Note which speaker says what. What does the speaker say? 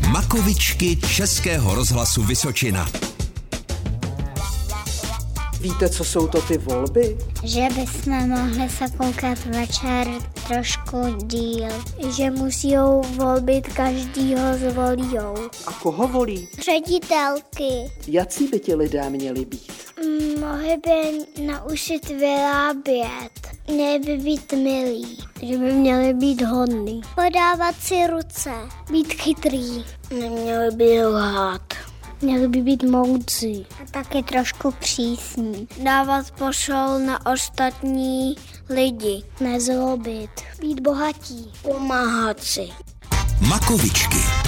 Speaker 1: Píkovičky Českého rozhlasu Vysočina.
Speaker 2: Víte, co jsou to ty volby?
Speaker 3: Že bychom mohli se koukat večer trošku díl. Že musí volbit každýho zvolíjou.
Speaker 2: A koho volí?
Speaker 3: Ředitelky.
Speaker 2: Jací by ti lidé měli být?
Speaker 3: Mohli by naučit vyrábět. Měli by být milí. Že by měli být hodný. Podávat si ruce. Být chytrý. Neměli by lhát. Měli by být moudří. A taky trošku přísní. Dávat pošol na ostatní lidi. Nezlobit. Být bohatí. Pomáhat si.
Speaker 1: Makovičky.